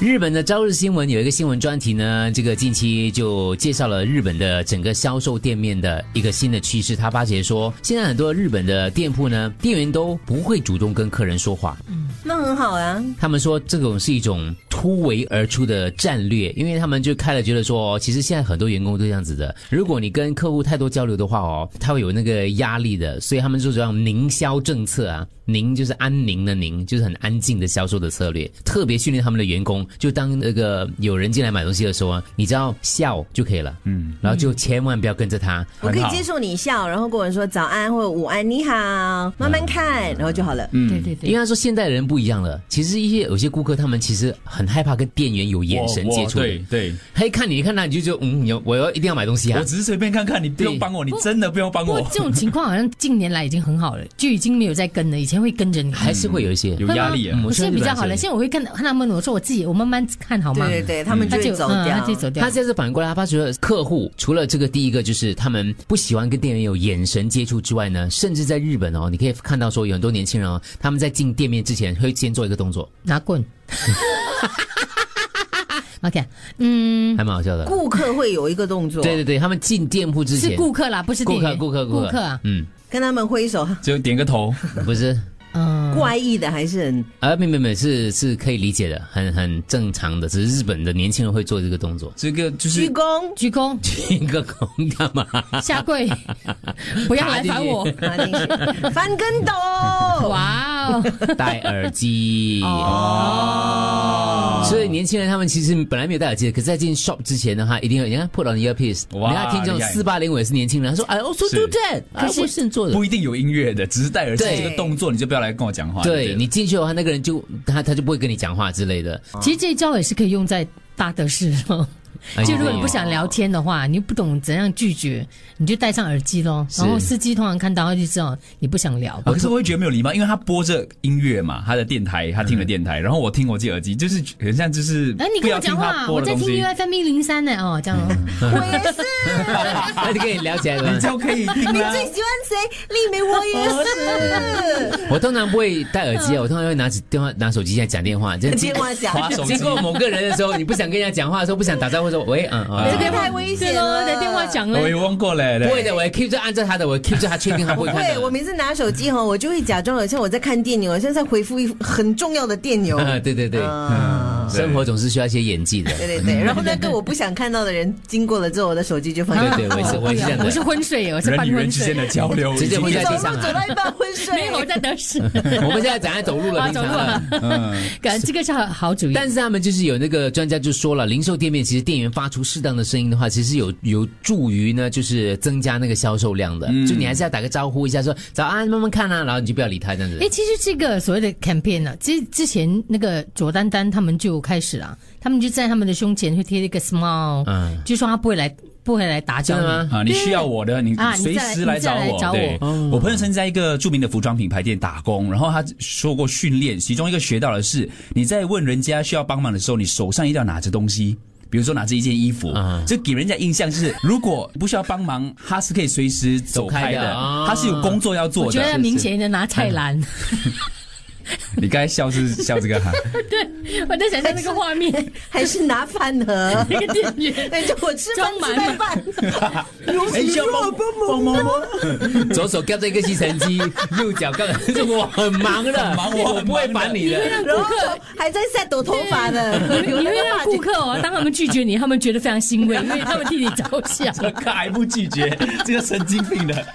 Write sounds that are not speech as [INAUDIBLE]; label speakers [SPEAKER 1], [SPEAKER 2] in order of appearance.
[SPEAKER 1] 日本的朝日新闻有一个新闻专题呢，这个近期就介绍了日本的整个销售店面的一个新的趋势。他发觉说，现在很多日本的店铺呢，店员都不会主动跟客人说话，
[SPEAKER 2] 那很好啊，
[SPEAKER 1] 他们说这种是一种突围而出的战略，因为他们就开了觉得说，哦，其实现在很多员工都这样子的。如果你跟客户太多交流的话，哦，他会有那个压力的，所以他们就这样宁销政策啊，宁就是安宁的宁，就是很安静的销售的策略，特别训练他们的员工，就当那个有人进来买东西的时候啊，你只要笑就可以了，嗯，然后就千万不要跟着他，
[SPEAKER 2] 我可
[SPEAKER 3] 很
[SPEAKER 2] 以
[SPEAKER 3] 好
[SPEAKER 2] 接受你笑，然后跟我说早安或者午安，你好，慢慢看，然后就好了。
[SPEAKER 4] 对对对
[SPEAKER 1] 应，该说现代人不一样了。其实一些有些顾客他们其实很害怕跟店员有眼神
[SPEAKER 3] 我
[SPEAKER 1] 接
[SPEAKER 3] 我
[SPEAKER 1] 触的，
[SPEAKER 3] 对对，
[SPEAKER 1] 他一看你，一看他，你就就嗯，你要我要一定要买东西啊
[SPEAKER 3] 我。只是随便看看，你不用
[SPEAKER 1] 对
[SPEAKER 3] 帮我，你真的不用帮
[SPEAKER 4] 不过
[SPEAKER 3] 我。
[SPEAKER 4] 这种情况好像近年来已经很好了，就已经没有在跟了，以前会跟着你。
[SPEAKER 1] 还是会有一些。
[SPEAKER 3] 有
[SPEAKER 4] 会吗
[SPEAKER 3] 压力耶
[SPEAKER 1] 嗯
[SPEAKER 4] 我现在比较好
[SPEAKER 1] 我现在比较好
[SPEAKER 4] 了，现在我会看看他们，我说我自己，我慢慢看好吗？
[SPEAKER 2] 对对对，他们就
[SPEAKER 4] 他
[SPEAKER 2] 会
[SPEAKER 4] 就
[SPEAKER 2] 走
[SPEAKER 4] 嗯
[SPEAKER 2] 掉，
[SPEAKER 4] 他就走掉。
[SPEAKER 1] 他这次反过来，他发觉呃客户除了这个第一个就是他们不喜欢跟店员有眼神接触之外呢，甚至在日本哦，你可以看到说有很多年轻人哦，他们在进店面之前会先做一个动作，
[SPEAKER 4] 拿棍。OK，嗯，
[SPEAKER 1] 还蛮好笑的。
[SPEAKER 2] 顾客会有一个动作，
[SPEAKER 1] 对对对，他们进店铺之
[SPEAKER 4] 是
[SPEAKER 1] 前，
[SPEAKER 4] 顾客啦，不是
[SPEAKER 1] 顾
[SPEAKER 4] 店
[SPEAKER 1] 客
[SPEAKER 4] 员
[SPEAKER 1] 顾客
[SPEAKER 4] 顾客啊，
[SPEAKER 1] 嗯，
[SPEAKER 2] 跟他们挥手，
[SPEAKER 3] 就点个头，，
[SPEAKER 1] 不是，
[SPEAKER 4] 嗯，
[SPEAKER 2] 怪异的还是很
[SPEAKER 1] 啊，没没没，是是可以理解的，很很正常的，只是日本的年轻人会做这个动作
[SPEAKER 3] 这个
[SPEAKER 2] 鞠
[SPEAKER 3] 就是
[SPEAKER 2] 躬，
[SPEAKER 4] 鞠躬
[SPEAKER 1] 一个空干嘛？
[SPEAKER 4] 下跪，不要来烦我。
[SPEAKER 2] 啊进去翻跟斗，
[SPEAKER 4] 哇哦，
[SPEAKER 1] 戴耳机。
[SPEAKER 2] 哦
[SPEAKER 1] 哦啊所以年轻人他们其实本来没有戴耳机的，可是在进 shop 之前的话，一定要你看 put on earpiece，
[SPEAKER 3] 哇
[SPEAKER 1] 你要听这种
[SPEAKER 3] 厉害
[SPEAKER 1] 四八零五也是年轻人，他说哎，我说 do
[SPEAKER 3] 是
[SPEAKER 1] that，可是是做的。
[SPEAKER 3] 不一定有音乐的，只是戴耳机
[SPEAKER 1] 对
[SPEAKER 3] 这个动作，你就不要来跟我讲话。
[SPEAKER 1] 对
[SPEAKER 3] 你
[SPEAKER 1] 你进去的话，那个人就他他就不会跟你讲话之类的。
[SPEAKER 4] 其实这一招也是可以用在大的事上。
[SPEAKER 3] 哦
[SPEAKER 1] 哎
[SPEAKER 4] 就如果
[SPEAKER 1] 对
[SPEAKER 4] 你
[SPEAKER 3] [LAUGHS]
[SPEAKER 4] 不想聊天的话，你又不懂怎样拒绝，你就戴上耳机咯。
[SPEAKER 1] 是
[SPEAKER 4] 然后司机通常看到他就知道你不想聊。
[SPEAKER 3] 啊可是我会觉得没有礼貌，因为他播着音乐嘛，他的电台，他听了电
[SPEAKER 1] 嗯
[SPEAKER 3] 台，然后我听我自己耳机，就是很像就是
[SPEAKER 4] 哎，你
[SPEAKER 3] 不
[SPEAKER 4] 跟
[SPEAKER 3] 要
[SPEAKER 4] 我
[SPEAKER 3] 听
[SPEAKER 4] 讲
[SPEAKER 3] 他
[SPEAKER 4] 话，我
[SPEAKER 3] 播的
[SPEAKER 4] 在
[SPEAKER 3] 东
[SPEAKER 4] 听
[SPEAKER 3] 西嗯
[SPEAKER 4] U，F M 一零三呢。哦，这样哦， [LAUGHS]
[SPEAKER 2] 我也是，
[SPEAKER 1] 那就跟你聊起来
[SPEAKER 3] 你
[SPEAKER 1] 了。
[SPEAKER 3] 就可以听啊
[SPEAKER 2] 你
[SPEAKER 4] [LAUGHS]
[SPEAKER 3] 啦。
[SPEAKER 2] 最喜欢谁？丽梅，我也是，
[SPEAKER 1] 我通常不会戴耳机啊，我通常会拿起电话拿手机在讲电话，这样
[SPEAKER 2] 电话响，
[SPEAKER 3] 划手机
[SPEAKER 1] 经，过某个人的时候，你不想跟人家讲话的时候，不想打招呼说喂
[SPEAKER 3] [LAUGHS]
[SPEAKER 1] 嗯哦
[SPEAKER 2] 这
[SPEAKER 1] 这
[SPEAKER 2] 个
[SPEAKER 1] 个
[SPEAKER 2] 太危险
[SPEAKER 4] 对咯，
[SPEAKER 2] 了，
[SPEAKER 4] 在电话。讲了
[SPEAKER 3] 哎我。也忘过了，
[SPEAKER 1] 不会的，我也 keep 着按照他的，我 keep 着他确定他不
[SPEAKER 2] 不
[SPEAKER 1] 会
[SPEAKER 3] [LAUGHS]
[SPEAKER 1] 看
[SPEAKER 2] 会，
[SPEAKER 1] 的。
[SPEAKER 2] 我每次拿手机哈，我就会假装好像我在看电影，好像在回复一很重要的电邮。
[SPEAKER 1] 啊，对 [LAUGHS] 对对，
[SPEAKER 3] 嗯
[SPEAKER 2] 啊，
[SPEAKER 3] 对
[SPEAKER 1] 生活总是需要一些演技的。
[SPEAKER 2] 对对 [LAUGHS] 对，然后那个我不想看到的人经过了之后，我的手机就放下。
[SPEAKER 1] 对对，我也是，我也是这样的。
[SPEAKER 4] 哎
[SPEAKER 3] [LAUGHS]
[SPEAKER 4] 我是昏睡耶，我是
[SPEAKER 3] 人
[SPEAKER 4] 半
[SPEAKER 3] 与人
[SPEAKER 4] 昏
[SPEAKER 3] 之
[SPEAKER 4] 睡
[SPEAKER 3] 间。的交流，
[SPEAKER 1] 直接会在
[SPEAKER 2] 走
[SPEAKER 1] 地
[SPEAKER 2] 路
[SPEAKER 1] 上啊
[SPEAKER 2] 走到一半昏睡，
[SPEAKER 4] 没有，
[SPEAKER 2] [LAUGHS]
[SPEAKER 4] 我在
[SPEAKER 3] [LAUGHS]
[SPEAKER 4] 得屎。
[SPEAKER 1] 我们现在讲在走路了，
[SPEAKER 4] 啊
[SPEAKER 1] 平
[SPEAKER 4] 走
[SPEAKER 1] 常
[SPEAKER 4] 路了
[SPEAKER 1] 了。，
[SPEAKER 3] 嗯
[SPEAKER 4] 感觉这个是好好主
[SPEAKER 1] [LAUGHS]
[SPEAKER 4] 意。
[SPEAKER 1] 但
[SPEAKER 4] 是
[SPEAKER 1] 是他们就是有那个专家就说了，零售店面其实店员发出适当的声音的话，其实有有助于呢，就是增加那个销售量的。就你还是要打个招呼一下说，早安，慢慢看啊，然后你就不要理他这样子
[SPEAKER 4] 哎，。其实这个所谓的 campaign 呢、啊，之之前那个左丹丹他们就开始了，他们就在他们的胸前会贴一个 smile，、
[SPEAKER 1] 嗯
[SPEAKER 4] 就说他不会来不会来打
[SPEAKER 1] 真
[SPEAKER 4] 搅
[SPEAKER 1] 的 [LAUGHS]
[SPEAKER 4] 你。
[SPEAKER 1] 吗？
[SPEAKER 3] 啊，你需要我的，你
[SPEAKER 4] 啊你
[SPEAKER 3] 随
[SPEAKER 4] 再来
[SPEAKER 3] 时来
[SPEAKER 4] 你
[SPEAKER 3] 找
[SPEAKER 4] 再来
[SPEAKER 3] 我。
[SPEAKER 4] 找
[SPEAKER 3] 对
[SPEAKER 4] 我，
[SPEAKER 1] 哦
[SPEAKER 3] 我朋友曾经在一个著名的服装品牌店打工，然后他受过训练，其中一个学到的是，你在问人家需要帮忙的时候，你手上一定要拿着东西。比如说拿着一件衣服
[SPEAKER 1] 啊，
[SPEAKER 3] 就给人家印象是，如果不需要帮忙，他是可以随时走开
[SPEAKER 1] 走开的
[SPEAKER 3] 的
[SPEAKER 1] 啊，
[SPEAKER 3] 他是有工作要
[SPEAKER 4] 我
[SPEAKER 3] 做
[SPEAKER 4] 觉得
[SPEAKER 3] 的。
[SPEAKER 4] 明显一点拿菜篮，
[SPEAKER 3] 你刚才笑是笑这个
[SPEAKER 4] [LAUGHS]
[SPEAKER 3] 哈，
[SPEAKER 4] 我在想象那个画面，
[SPEAKER 2] 还是拿饭盒。
[SPEAKER 4] 那个店员。
[SPEAKER 2] 那就我吃饭
[SPEAKER 4] 装
[SPEAKER 2] 吃
[SPEAKER 4] 满
[SPEAKER 2] 带饭， [LAUGHS] 如
[SPEAKER 3] 哎，
[SPEAKER 2] 此
[SPEAKER 3] 需要
[SPEAKER 2] 若
[SPEAKER 3] 帮
[SPEAKER 2] 不
[SPEAKER 3] 帮忙吗？
[SPEAKER 1] 左手夹着一个吸尘机，右脚杠， [LAUGHS] 这我很忙的，
[SPEAKER 3] 很忙我很忙
[SPEAKER 1] 我
[SPEAKER 3] 的
[SPEAKER 1] 不会烦你的。
[SPEAKER 3] [LAUGHS]
[SPEAKER 2] 然后还在晒抖头发呢，
[SPEAKER 4] 你会让顾
[SPEAKER 2] 就
[SPEAKER 4] 客哦，当他们拒绝你，他们觉得非常欣慰，因为他们替你着想。
[SPEAKER 3] 可还不拒绝，这个神经病的。